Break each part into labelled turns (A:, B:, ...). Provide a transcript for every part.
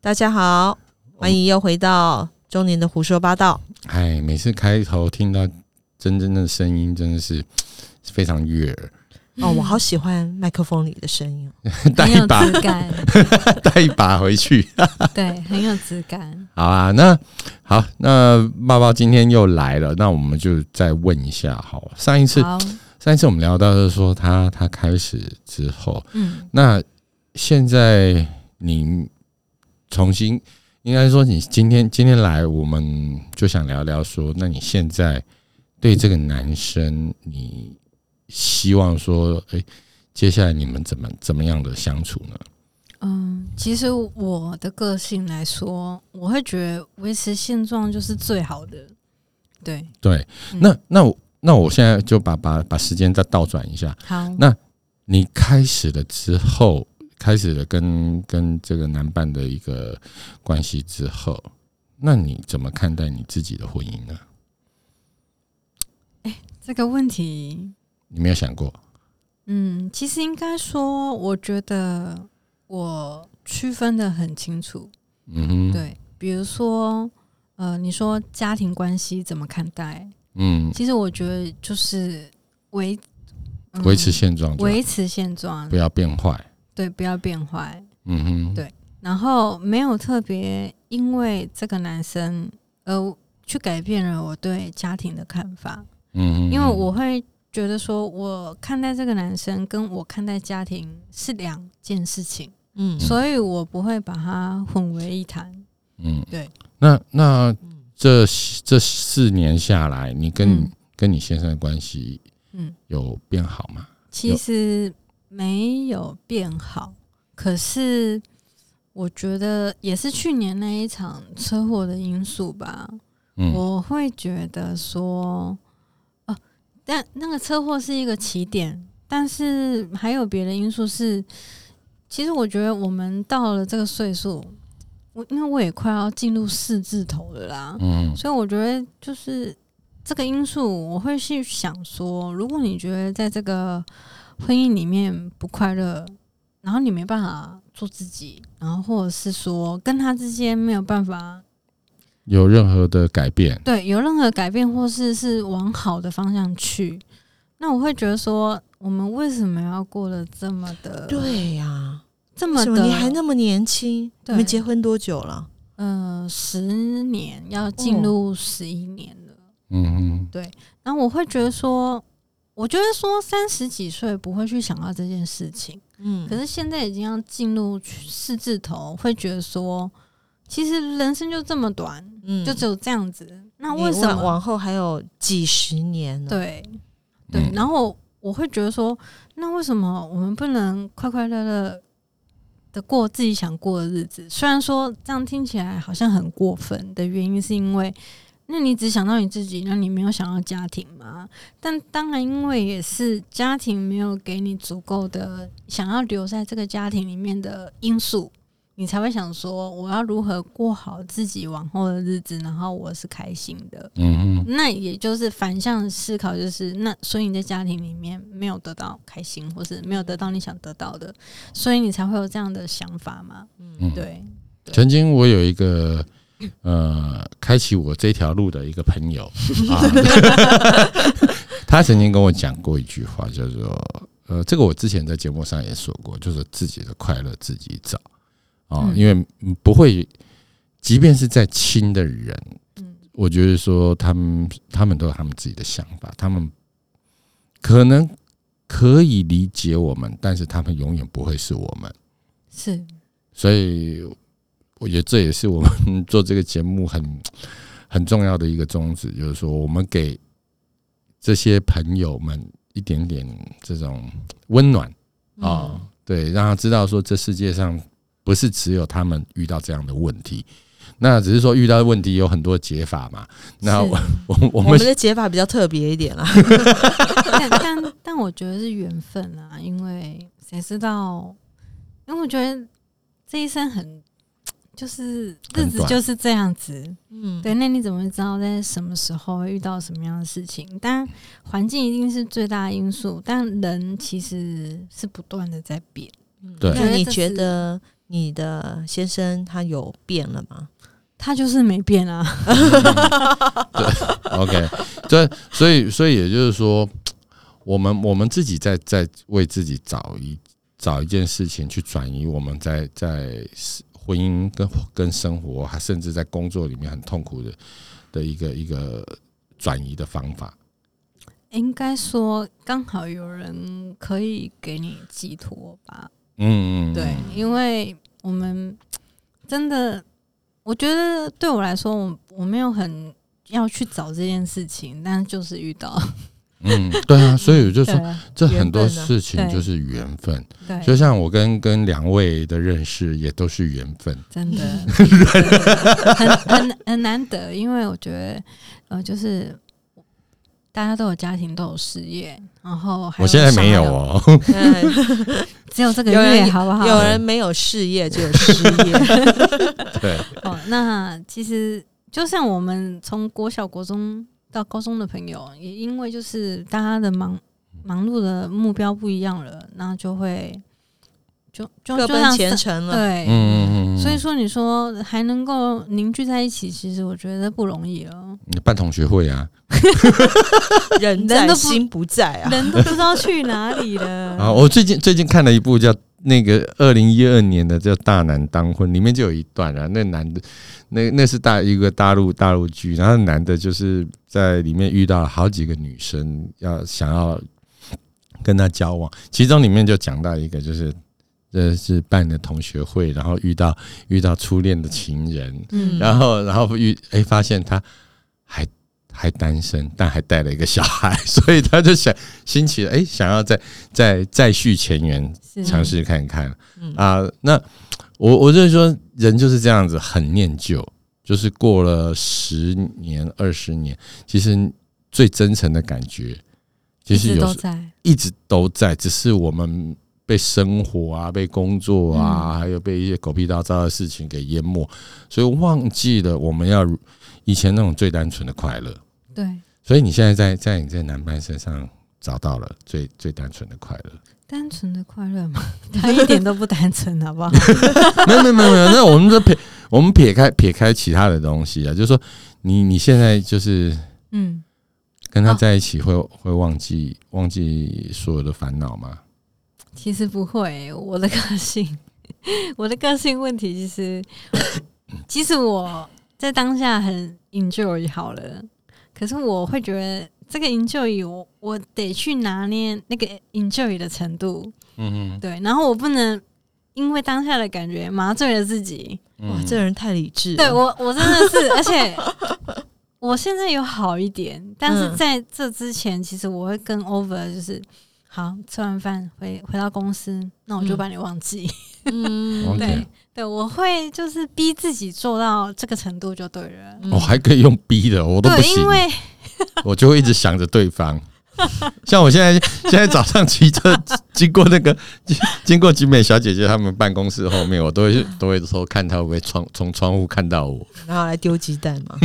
A: 大家
B: 哦
A: 好，欢迎又回到中年的胡说八道。
C: 哎，每次开头听到真真的声音，真的是非常悦 耳，
B: 嗯
A: 哦，我好喜欢麦克风里的声音哦。
C: 带
B: 很
C: 一
B: 有
C: 把，
B: 质感，
C: 带一把回去。
B: 对，很有质感。
C: 好啊，那好，那爸爸今天又来了，那我们就再问一下，好，上一次
B: 好，
C: 上一次我们聊到就是说他他开始之后，
B: 嗯，
C: 那现在你重新，应该说你今天今天来，我们就想聊聊说，那你现在对这个男生，你希望说，哎、接下来你们怎么怎么样的相处呢？
B: 嗯，其实我的个性来说，我会觉得维持现状就是最好的。对，
C: 对，
B: 嗯
C: 那那我那我现在就把把把时间再倒转一下，
B: 好，
C: 那你开始了之后，开始了跟跟这个男伴的一个关系之后，那你怎么看待你自己的婚姻呢？
B: 这个问题，
C: 你没有想过？
B: 嗯，其实应该说，我觉得我区分的很清楚。
C: 嗯哼，，
B: 对，比如说，呃，你说家庭关系怎么看待？
C: 嗯，
B: 其实我觉得就是维嗯
C: 维持现状就好，
B: 维持现状
C: 不，要变坏。
B: 对，不要变坏。
C: 嗯哼，
B: 对然后没有特别因为这个男生而去改变了我对家庭的看法，
C: 嗯哼，
B: 因为我会觉得说，我看待这个男生跟我看待家庭是两件事情，
A: 嗯
B: 所以我不会把它混为一谈。
C: 嗯，
B: 对，
C: 那那
A: 嗯
C: 这这四年下来，你跟、
B: 嗯
C: 跟你先生的关系
B: 嗯，
C: 有变好吗？
B: 其实没有变好，可是我觉得也是去年那一场车祸的因素吧。
C: 嗯
B: 我会觉得说，哦、但那个车祸是一个起点，但是还有别的因素是，其实我觉得我们到了这个岁数，我因为我也快要进入四字头了啦，
C: 嗯
B: 所以我觉得就是这个因素，我会去想说，如果你觉得在这个婚姻里面不快乐，然后你没办法做自己，然后或者是说跟他之间没有办法
C: 有任何的改变？
B: 对，有任何改变或是是往好的方向去，那我会觉得说，我们为什么要过得这么的
A: 对呀、
B: 这
A: 为
B: 么
A: 什么
B: 的？
A: 你还那么年轻？你
B: 对
A: 们结婚多久了？
B: 呃十年要
A: 哦
B: 进入十一年了。
C: 嗯哼，
B: 然后我会觉得说，我觉得说三十几岁不会去想到这件事情，
A: 嗯
B: 可是现在已经要进入四字头，会觉得说，其实人生就这么短，
A: 嗯
B: 就只有这样子。那
A: 你
B: 为什
A: 往
B: 么
A: 往后还有几十年呢？，
B: 对？对，
C: 嗯
B: 然后我会觉得说，那为什么我们不能快快乐乐的过自己想过的日子？虽然说这样听起来好像很过分的原因，是因为那你只想到你自己，那你没有想到家庭嘛？但当然，因为也是家庭没有给你足够的想要留在这个家庭里面的因素。你才会想说，我要如何过好自己往后的日子，然后我是开心的。
C: 嗯哼，
B: 那也就是反向思考，就是那所以你在家庭里面没有得到开心，或是没有得到你想得到的，所以你才会有这样的想法嘛？
C: 嗯，。
B: 对，
C: 曾经我有一个呃，开启我这条路的一个朋友啊， 他曾经跟我讲过一句话，叫做呃，这个我之前在节目上也说过，就是自己的快乐自己找啊，
B: 嗯
C: 因为嗯不会，即便是再亲的人，
B: 嗯
C: 我觉得说他们他们都有他们自己的想法，他们可能可以理解我们，但是他们永远不会是我们。
B: 是，
C: 所以我觉得这也是我们做这个节目很 很重要的一个宗旨，就是说我们给这些朋友们一点点这种温暖啊、
A: 嗯
C: 对，让他知道说这世界上不是只有他们遇到这样的问题。那只是说遇到问题有很多解法嘛，那
B: 是
C: 我 我我
A: 我们
C: 们
A: 的解法比较特别一点 啦。
B: 但但但我觉得是缘分啊，因为谁知道？因为我觉得这一生很，就是日
C: 很
B: 子
C: 短
B: 就是这样子，
A: 嗯，
B: 对，那你怎么会知道在什么时候会遇到什么样的事情？但环境一定是最大的因素，但人其实是不断的在变。
A: 嗯，
C: 对
A: 那你
B: 觉得这是
A: 觉得你的先生他有变了吗？
B: 他就是没变啊。
C: OK，这所以所以也就是说，我们我们自己在在为自己找一找一件事情去转移我们在在婚姻跟跟生活，还甚至在工作里面很痛苦的的一个一个转移的方法。
B: 应该说，刚好有人可以给你寄托吧。
C: 嗯，嗯嗯
B: 对，因为我们真的，我觉得对我来说，我我没有很要去找这件事情，但就是遇到，
C: 嗯，对啊，所以我就
B: 对
C: 说，
B: 啊
C: 这很多
A: 缘分啊
C: 事情
B: 对
C: 就是缘分。就
B: 对，
C: 像我跟跟两位的认识也都是缘分。
B: 真的很很很难得，因为我觉得，呃，就是大家都有家庭，都有事业，然后还
C: 我现在没有
B: 小孩，
C: 哦，
A: 哎
B: 只有这个
A: 有人
B: 月，好不好？
A: 有啊人没有事业就有失业，
C: 对，
B: 哦，那其实就像我们从国小、国中到高中的朋友，也因为就是大家的忙忙碌的目标不一样了，那就会就就
A: 各
B: 就让
A: 奔前
B: 散
A: 程啊了。
B: 对，
C: 嗯嗯嗯嗯，
B: 所以说你说还能够凝聚在一起，其实我觉得不容易哦了，
C: 你办同学会啊，
A: 人
B: 人
A: 在
B: 都不
A: 心不在啊。
B: 人都不知道去哪里 了。
C: 啊，我最近最近看了一部叫那个二零一二年的叫《大男当婚》，里面就有一段啊，那男的，那那是大一个大陆大陆剧，然后男的就是在里面遇到了好几个女生，要想要跟他交往，其中里面就讲到一个就是。这是办的同学会，然后遇到遇到初恋的情人，
B: 嗯
C: 然后然后遇哎、发现他还还单身，但还带了一个小孩， 所以他就想兴起了哎、想要再再再续前缘，
B: 是
C: 尝试看看
A: 嗯
C: 啊、那我我就是说，人就是这样子，很念旧，就是过了十年二十年，其实最真诚的感觉，其
B: 一
C: 实
B: 直
C: 有
B: 都
C: 时
B: 在，
C: 一直都在，只是我们被生活啊、被工作啊，还有被一些狗屁倒灶的事情给淹没，所以忘记了我们要如以前那种最单纯的快乐。
B: 对。
C: 所以你现在在在你这男伴身上找到了最最单纯的快乐。
B: 单纯的快乐嘛， 他一点都不单纯，好不 好？
C: 没有没有没有没有，那我们就撇我们撇开撇开其他的东西啊，就是说你你现在就是
B: 嗯，
C: 跟他
B: 哦
C: 在一起会、会忘记忘记所有的烦恼吗？
B: 其实不会，我的个性， 我的个性问题，其实其实我在当下很 enjoy 好了，可是我会觉得这个 enjoy 我我得去拿捏那个 enjoy 的程度，
C: 嗯
B: 对，然后我不能因为当下的感觉麻醉了自己，
A: 哇，
C: 嗯
A: 这人太理智了。
B: 对我我真 的是，而且。我现在有好一点，但是
A: 嗯
B: 在这之前，其实我会更 over，就是好吃完饭回回到公司，那我就
A: 嗯
B: 把你忘记。
A: 嗯
C: OK
B: 对对，我会就是逼自己做到这个程度就对
A: 嗯
B: 了。
C: 哦我、还可以用逼的，我都不
B: 对，
C: 行
B: 因。为
C: 我就会一直想着对方。像我现在现在早上骑车经过那个经经过景美小姐姐她们办公室后面，我都会都会说看她会不会窗从窗户看到我。
A: 嗯然后来丢鸡蛋嘛。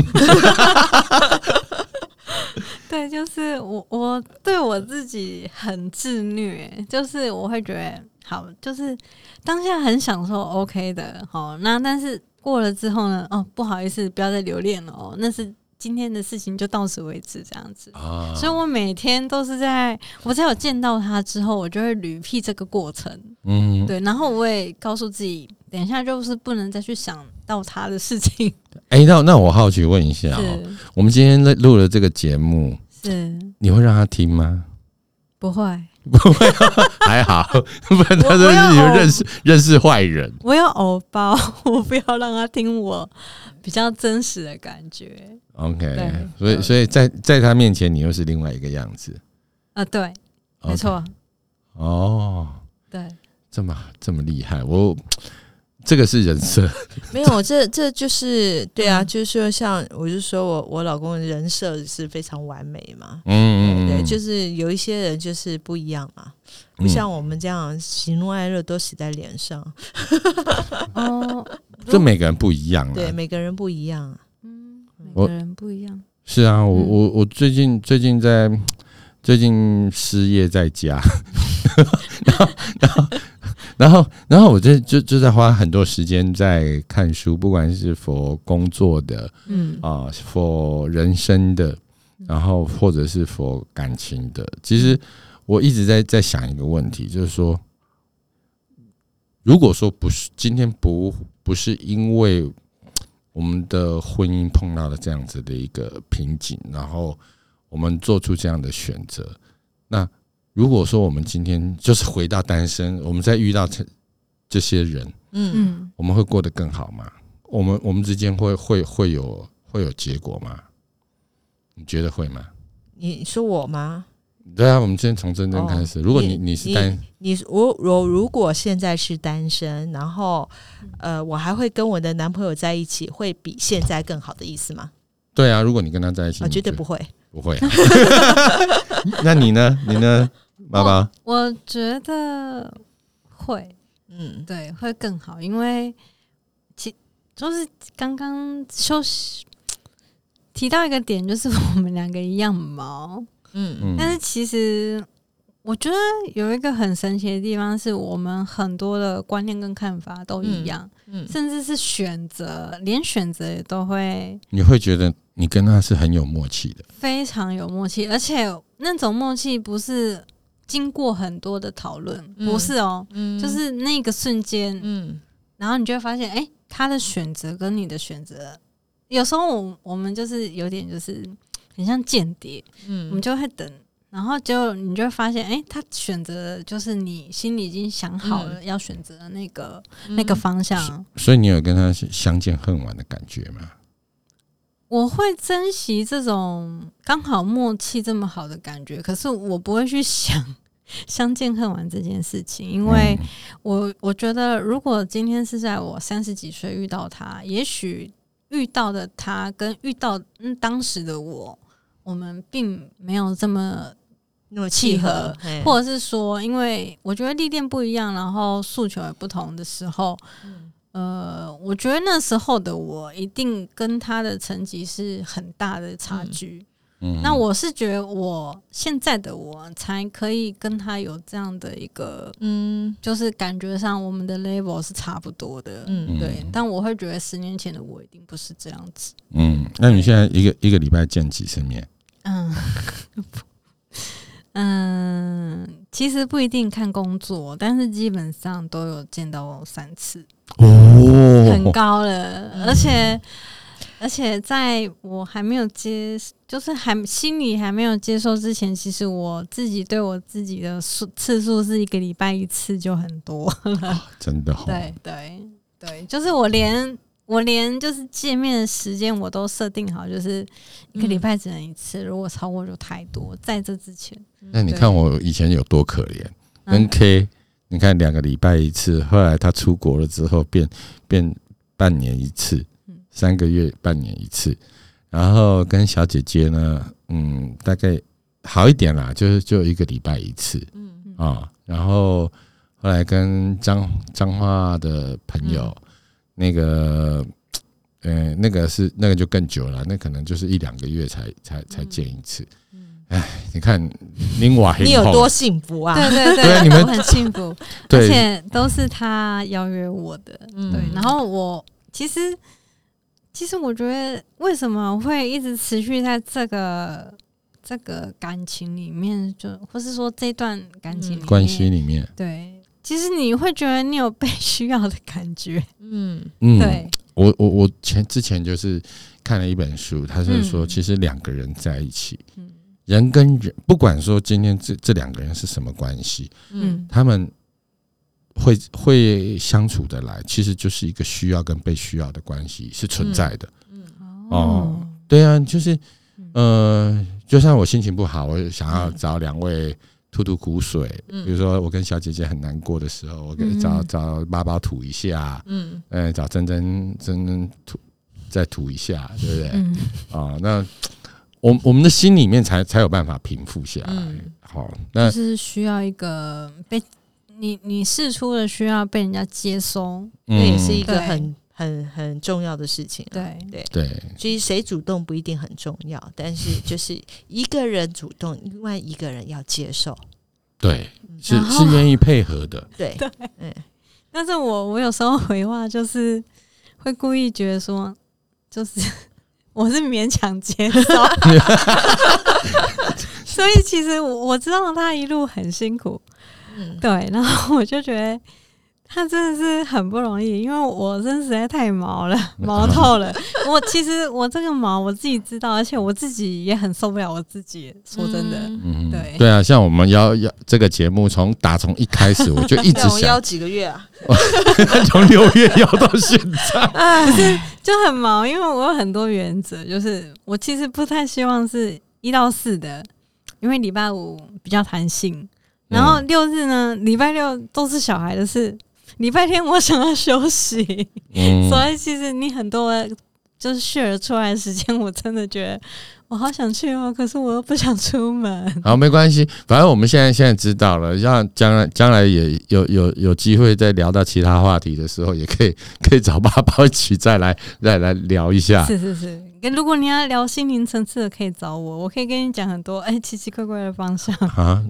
B: 对，就是我我对我自己很自虐，就是我会觉得好，就是当下很享受 OK 的，好那但是过了之后呢，哦不好意思，不要再留恋了哦，那是今天的事情就到此为止这样子。
C: 啊
B: 所以我每天都是在我只要有见到他之后，我就会捋 e 这个过程。
C: 嗯，
B: 对，然后我也告诉自己，等一下就是不能再去想到他的事情。
C: 哎、那那我好奇问一下哦，我们今天录录了这个节目，
B: 是是，
C: 你会让她听吗？
B: 不会，
C: 不会、啊还好，不然她
B: 我
C: 就
B: 我要
C: 是有
B: 偶
C: 认识认识坏人。
B: 我有偶包， 我不要让他听我比较真实的感觉
C: OK，
B: 对
C: 所以所以在在她面前，你又是另外一个样子。
B: 啊、对，没错，
C: OK。哦。
B: 对，
C: 这么这么厉害，我这个是人设，
A: 没有，这这就是对啊，
B: 嗯
A: 就是说像我就说我我老公的人设是非常完美嘛，
C: 嗯
A: 对，就是有一些人就是不一样嘛，不像我们这样喜怒哀乐都写在脸上，
C: 嗯
B: 哦，
C: 这每个人不一样
A: 对，
C: 啊。
A: 每个人不一样啊，
B: 嗯，每
C: 我
B: 个人不一样，
C: 是啊，我
B: 嗯
C: 我我最近最近在 最近失业在家，然后然后然后，然后我就就就在花很多时间在看书，不管是佛工作的
B: 嗯
C: 啊，佛、人生的，然后或者是佛感情的。其实我一直在在想一个问题，就是说，如果说不是今天不不是因为我们的婚姻碰到了这样子的一个瓶颈，然后我们做出这样的选择，那如果说我们今天就是回到单身，我们再遇到这这些人，
A: 嗯
B: 嗯
C: 我们会过得更好吗？我们我们之间会会会有会有结果吗？你觉得会吗？
A: 你说我吗？
C: 对啊，我们先从真正开始。
A: 哦
C: 如果你
A: 你
C: 你是单，
A: 你我我如果现在是单身，然后呃，我还会跟我的男朋友在一起，会比现在更好的意思吗？
C: 对啊，如果你跟他在一
B: 哦
C: 起，
A: 啊，
C: 你
A: 绝对
C: 觉
A: 不会。
C: 不 会啊。 那你呢？你呢，爸爸？
B: 我觉得会，
A: 嗯
B: 对，会更好，因为其就是刚刚休息提到一个点，就是我们两个一样毛，
A: 嗯
C: 嗯，
B: 但是其实我觉得有一个很神奇的地方，是我们很多的观念跟看法都一样，
A: 嗯
B: 甚至是选择，连选择也都会
C: 你会觉得你跟他是很有默契的。
B: 非常有默契，而且那种默契不是经过很多的讨论，
A: 嗯
B: 不是哦，
A: 嗯
B: 就是那个瞬间，
A: 嗯
B: 然后你就会发现，哎、他的选择跟你的选择，有时候我我们就是有点就是很像间谍，我们
A: 嗯
B: 就会等，然后就你就会发现，哎、他选择的就是你心里已经想好
A: 嗯
B: 了要选择的那个、那个方向。
C: 所以你有跟他是相见恨晚的感觉吗？
B: 我会珍惜这种刚好默契这么好的感觉，可是我不会去想 相见恨晚这件事情，因为
C: 嗯
B: 我我觉得，如果今天是在我三十几岁遇到他，也许遇到的他跟遇到嗯当时的我，我们并没有这么，
A: 那么
B: 契
A: 契
B: 合
A: 合，嘿
B: 或者是说，因为我觉得历练不一样，然后诉求也不同的时候，呃，我觉得那时候的我一定跟他的成绩是很大的差距。
C: 嗯
B: 那我是觉得，我现在的我才可以跟他有这样的一个
A: 嗯
B: 就是感觉上我们的 level 是差不多的，
A: 嗯
B: 对。但我会觉得十年前的我一定不是这样子，
C: 嗯，那你现在一个一个礼拜见几次面？
B: 嗯嗯，其实不一定看工作，但是基本上都有见到三次，很
C: 哦，
B: 高了，而且。而且在我还没有接，就是还心里还没有接受之前，其实我自己对我自己的数次数是一个礼拜一次就很多。
C: 真的好。哦
B: 对对对，就是我连我连就是见面的时间我都设定好，就是一个礼拜只能一次，如果超过就太多。在这之前，
C: 那你看我以前有多可怜，跟
B: 嗯
C: K，你看两个礼拜一次，后来他出国了之后变变半年一次
B: 嗯，
C: 三个月半年一次，然后跟小姐姐呢，嗯，大概好一点啦，就是就一个礼拜一次
A: 嗯
C: 啊、然后后来跟彰彰化的朋友，那个。呃，那个是那个就更久了，那可能就是一两个月才才才见一次。哎、你看，林瓦黑
A: 嗯你有多幸福啊？
B: 对对
C: 对啊
B: 对，
C: 你们
B: 我很幸福，而
C: 对
B: 且都是他邀约我的。
A: 嗯
B: 对，然后我其实其实我觉得为什么会一直持续在这个。这个感情里面就，或是说这段感情里面
C: 关系里面，
B: 对，其实你会觉得你有被需要的感觉，
A: 嗯
C: 嗯，
B: 对，
C: 我我我前之前就是看了一本书，他是说，
B: 嗯
C: 其实两个人在一起，
B: 嗯
C: 人跟人，不管说今天这这两个人是什么关系，
A: 嗯
C: 他们会会相处得来，其实就是一个需要跟被需要的关系是存在的。
A: 嗯
C: 哦，对啊，就是
B: 嗯
C: 呃，就像我心情不好，我想要找两位吐吐苦水，
A: 嗯
C: 比如说我跟小姐姐很难过的时候，我给
B: 嗯
C: 找找爸爸吐一下，
A: 嗯
C: 呃，找真真真真吐，再吐一下，对不对？啊、
B: 嗯，
C: 那我我们的心里面才才有办法平复下来。
A: 嗯
C: 好，
B: 就
C: 那
B: 是需要一个被你你试出的需要被人家接收，
A: 那也是一
C: 嗯
A: 个
B: 对
A: 很很很重要的事情啊。
B: 对，
C: 对，
A: 其实谁主动不一定很重要，但是就是一个人主动，另外一个人要接受。
C: 对，是
B: 嗯然后
C: 是愿意配合的。
A: 对，嗯
B: 但是我我有时候回话就是会故意觉得说，就是 我是勉强接受， 所以其实我我知道他一路很辛苦，
A: 嗯，
B: 对，然后我就觉得他真的是很不容易，因为我真的实在太毛了，毛透了。我其实我这个毛我自己知道，而且我自己也很受不了我自己。说真的，
A: 嗯
C: 嗯，
B: 对
C: 对啊，像我们要要这个节目从打从一开始我就一直
A: 那我们
C: 想
A: 要，几个月啊？
C: 从六月要到现在，
B: 就很毛，因为我有很多原则，就是我其实不太希望是一到四的，因为礼拜五比较弹性， 然后
C: 嗯
B: 六日呢，礼拜六都是小孩的事，礼拜天我想要休息。
C: 嗯
B: 所以其实你很多就是 share 出来的时间，我真的觉得我好想去哦，可是我又不想出门。
C: 好，没关系，反正我们现在现在知道了，让将来将来也有有有机会再聊到其他话题的时候，也可以 可以找爸爸一起再来 再来聊一下。
B: 是是是，跟如果你要聊心灵层次的，可以找我，我可以跟你讲很多哎、奇奇怪怪的方向。
C: 啊，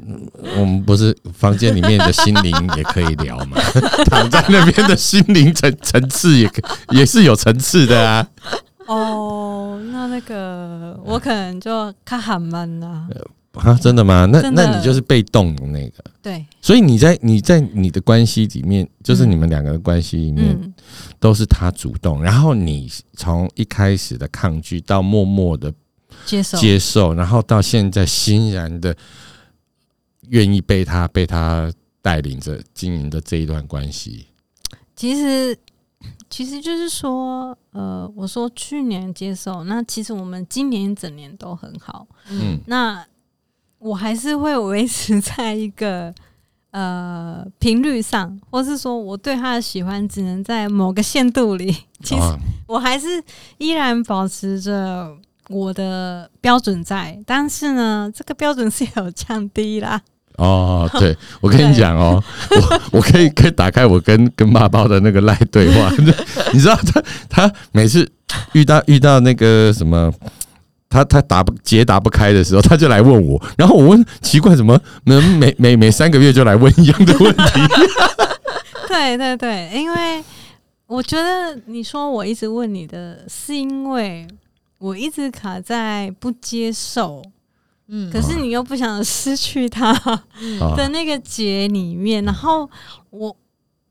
C: 我们不是房间里面的心灵也可以聊嘛， 躺在那边的心灵层层次也可也是有层次的啊。
B: 哦，那那个我可能就卡喊闷啦。
C: 啊，真的吗？那
B: 真的
C: 那你就是被动的那个，
B: 对，
C: 所以你在你在你的关系里面，就是
B: 嗯
C: 你们两个的关系里面，
B: 嗯，
C: 都是他主动，然后你从一开始的抗拒到默默的
B: 接受。
C: 接受，然后到现在欣然的愿意被他被他带领着经营的这一段关系，
B: 其实其实就是说，呃，我说去年接受，那其实我们今年一整年都很好。
C: 嗯，
B: 那我还是会维持在一个 呃频率上，或是说我对他的喜欢只能在某个限度里。其实
C: 啊
B: 我还是依然保持着我的标准在，但是呢，这个标准是有降低啦。
C: 哦，对，我跟你讲哦，我我可以可以打开我跟跟爸爸的那个赖对话， 你知道他他每次遇到遇到那个什么。他他打不结答不开的时候，他就来问我，然后我问奇怪怎么每每每每三个月就来问一样的问题，
B: 对对对，因为我觉得你说我一直问你的，是因为我一直卡在不接受，
A: 嗯，
B: 可是你又不想失去他。
C: 啊嗯
B: 的那个节里面，然后我，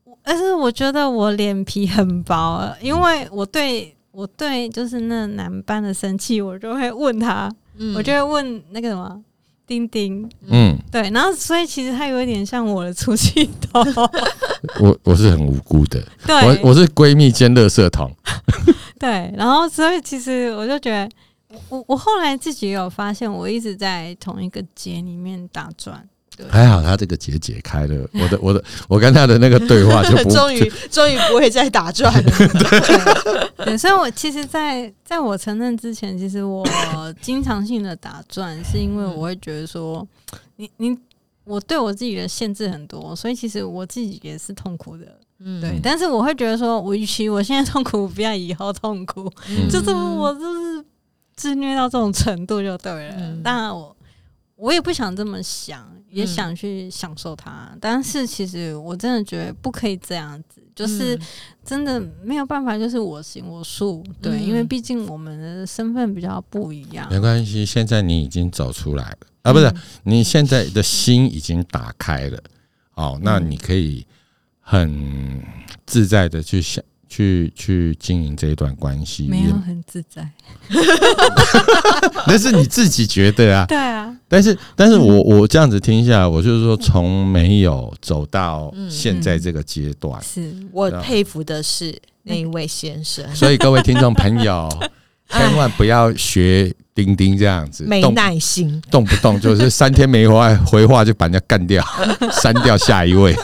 B: 我但是我觉得我脸皮很薄，因
C: 嗯
B: 为我对我对就是那男班的生气，我就会问他，
A: 嗯
B: 我就会问那个什么丁丁，
C: 嗯，
B: 对，然后所以其实他有一点像我的出气 筒，
C: 我我是很无辜的，我
B: 对
C: 我是闺蜜兼垃圾桶，
B: 对，然后所以其实我就觉得。我我我后来自己也有发现，我一直在同一个节里面打转，
C: 还好他这个结解开了，我的我的我跟他的那个对话就 不
A: 终于终于不会再打转了。
B: 对，所以我其实在，在我承认之前，其实我经常性的打转，是因为我会觉得说，你你我对我自己的限制很多，所以其实我自己也是痛苦的。
A: 嗯
B: 对，但是我会觉得说，我与其我现在痛苦，不要以后痛苦，
C: 嗯
B: 就是我就是自虐到这种程度就对了。
A: 嗯
B: 当然我。我也不想这么想，也
A: 嗯
B: 想去享受它，但是其实我真的觉得不可以这样子，就是
A: 嗯
B: 真的没有办法，就是我行我素，对，
A: 嗯
B: 因为毕竟我们的身份比较不一样，
C: 没关系，现在你已经走出来了啊，不
B: 嗯
C: 是，你现在的心已经打开了，哦，那
B: 嗯
C: 你可以很自在的去想。去去经营这一段关系，
B: 没有
C: 也
B: 很自在。
C: 那是你自己觉得啊。
B: 对嗯啊，
C: 但是，但是我我这样子听下来，我就是说，从没有走到
A: 嗯
C: 现在这个阶段，
B: 是
A: 我佩服的是
B: 嗯
A: 那一位先生，
C: 所以各位听众朋 友，千万不要学钉钉这样 子，
A: 没
C: 动
A: 耐心。
C: 动不动就是三天没回话回话就把人家干掉，删掉下一位。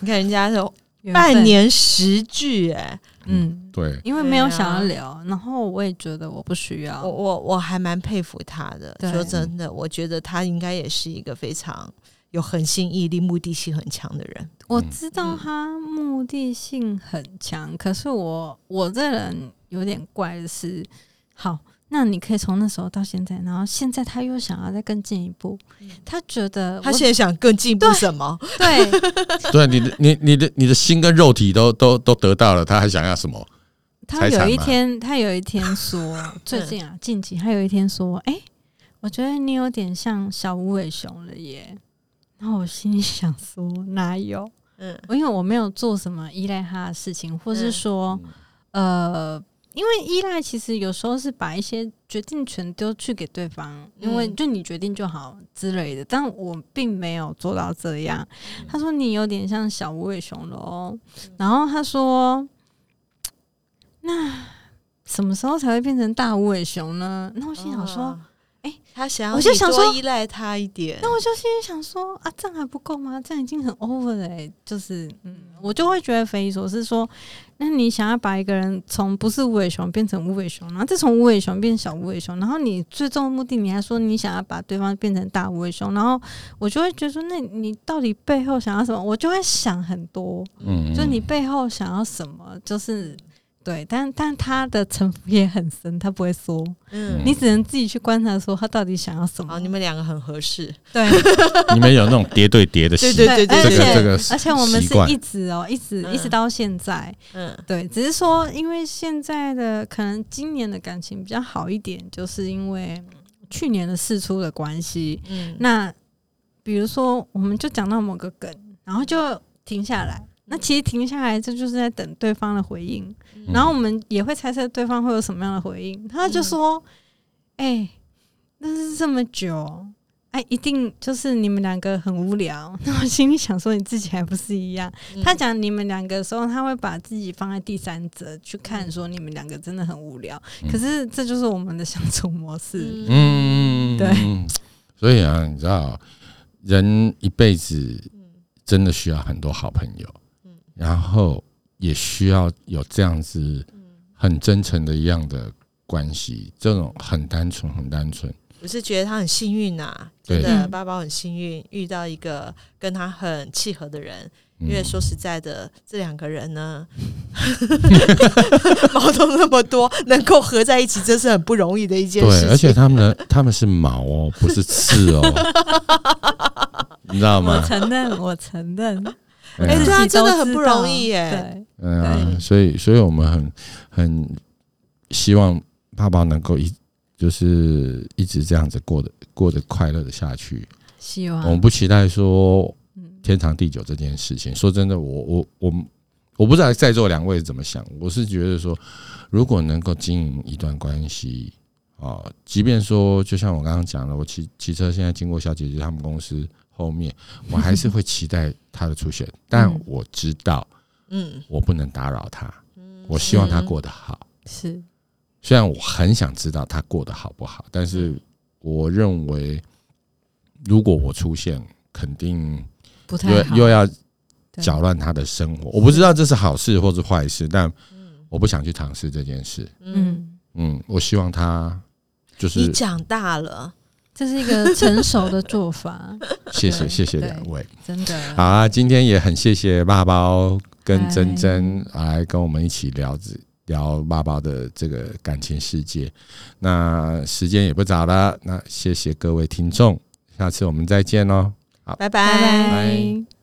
A: 你看人家说
B: 缘分
A: 半，年十句、哎，
B: 嗯，
C: 对，
B: 因为没有
A: 对啊
B: 想要聊，然后我也觉得我不需要
A: 我，我我还蛮佩服他的。
B: 对
A: 说真的，我觉得他应该也是一个非常有恒心毅力、目的性很强的人。
B: 我
C: 嗯
B: 知道
A: 嗯
B: 他目的性很强，可是我我这人有点怪的是，好，那你可以从那时候到现在，然后现在他又想要再更进一步，他觉得
A: 嗯他
B: 我
A: 现在想更进一步
B: 对
A: 什么？
B: 对
C: 对，啊你的你你的你的心跟肉体都都都得到了，他还想要什么？
B: 他
C: 财产
B: 有一
C: 嘛
B: 天，他有一天 说，最近啊，近期他有一天说，哎、我觉得你有点像小无尾熊了耶。然后我心里想说，哪有？
A: 嗯
B: 因为我没有做什么依赖他的事情，或是
A: 嗯
B: 说，呃，因为依赖其实有时候是把一些决定权丢去给对方，因为
A: 嗯
B: 就你决定就好之类的。但我并没有做到这样。
A: 嗯
B: 他说你有点像小无尾熊了哦。然后他说，那什么时候才会变成大无尾熊呢？那我心想说，
A: 哦，
B: 哎
A: 他想要
B: 我就
A: 你
B: 想
A: 多
B: 说
A: 依赖他一点，
B: 那我就心里想说啊，这样还不够吗？这样已经很 over 了、欸，就是嗯，我就会觉得匪夷所思说，那你想要把一个人从不是无尾熊变成无尾熊，然后再从无尾熊变小无尾熊，然后你最终的目的你还说你想要把对方变成大无尾熊，然后我就会觉得说，那你到底背后想要什么？我就会想很多，
C: 嗯，
B: 就你背后想要什么，就是。对，但但他的城府也很深，他不会说，
A: 嗯，
B: 你只能自己去观察，说他到底想要什
A: 好，
B: 么。
A: 你们两个很合适，
B: 对，
C: 你们有那种叠对叠的习
A: 对对对
B: 而
A: 对这
B: 且
A: 个
C: 这个
B: 而且我们
C: 习
B: 是
C: 惯
B: 一直哦，一直
A: 嗯
B: 一直到现在，
A: 嗯
B: 对，只是说因为现在的可能今年的感情比较好一点，就是因为去年的事出的关系。
A: 嗯，
B: 那比如说，我们就讲到某个梗，然后就停下来。那其实停下来，这就是在等对方的回应，
C: 嗯
B: 然后我们也会猜测对方会有什么样的回应。他就说：“哎、
C: 嗯
B: 但是这么久，哎，一定就是你们两个很无聊。” 那我心里想说，你自己还不是一样？
A: 嗯
B: 他讲你们两个的时候，他会把自己放在第三者去看，说你们两个真的很无聊。
C: 嗯
B: 可是这就是我们的相处模式。
C: 嗯，
B: 对
C: 嗯，所以啊，你知道，人一辈子真的需要很多好朋友，
B: 嗯
C: 然后也需要有这样子
B: 嗯
C: 很真诚的一样的关系，这种很单纯，很单纯，
A: 我是觉得他很幸运呐、真
C: 对
A: 的，
B: 嗯
A: 爸爸很幸运遇到一个跟他很契合的人。
C: 嗯
A: 因为说实在的，这两个人呢， 矛盾那么多，能够合在一起，真是很不容易的一件事
C: 对，
A: 情。
C: 而且他们的 他们是毛哦，不是刺哦，你知道
B: 我
C: 吗？
B: 承认，我承认，
A: 哎
C: 嗯
A: 对啊
B: 自己
A: 真
B: 都
A: 的很不
B: 知道
A: 容易耶
B: 对，
C: 嗯、啊，
A: 对
C: 所以所以我们很很希望爸爸能够一就是一直这样子过得过得快乐的下去。
B: 希
C: 我们
B: 望
C: 不期待说
B: 啊嗯
C: 天长地久这件事情。说真的，我我我我不知道在座两位是怎么想，我是觉得说，如果能够经营一段关系。啊，即便说，就像我刚刚讲的，我骑骑车现在经过小姐姐他们公司后面，我还是会期待她的 出现，但
B: 嗯
C: 我知道
A: 嗯，
C: 我不能打扰他，
B: 嗯
C: 我希望他过得好。
B: 是
C: 虽然我很想知道他过得好不好，但是
B: 嗯
C: 我认为，如果我出现，肯定
B: 不太好
C: 又，又要
B: 对
C: 搅乱他的生活。我不知道这是好事或是坏事，但我不想去尝试这件事。
A: 嗯，
B: 嗯，
C: 嗯，我希望他就
A: 你
C: 是
A: 长大了，
B: 这是一个成熟的做 法，
C: 谢谢
B: 对
C: 谢谢
B: 对
C: 两位。
B: 真的。
C: 好啊，今天也很谢谢爸包跟珍
B: 哎
C: 珍来跟我们一起聊这聊爸包的这个感情世界。那时间也不早了，那谢谢各位听众，下次我们再见喽。哦
A: 拜
B: 拜
A: 拜
B: 拜。
C: 拜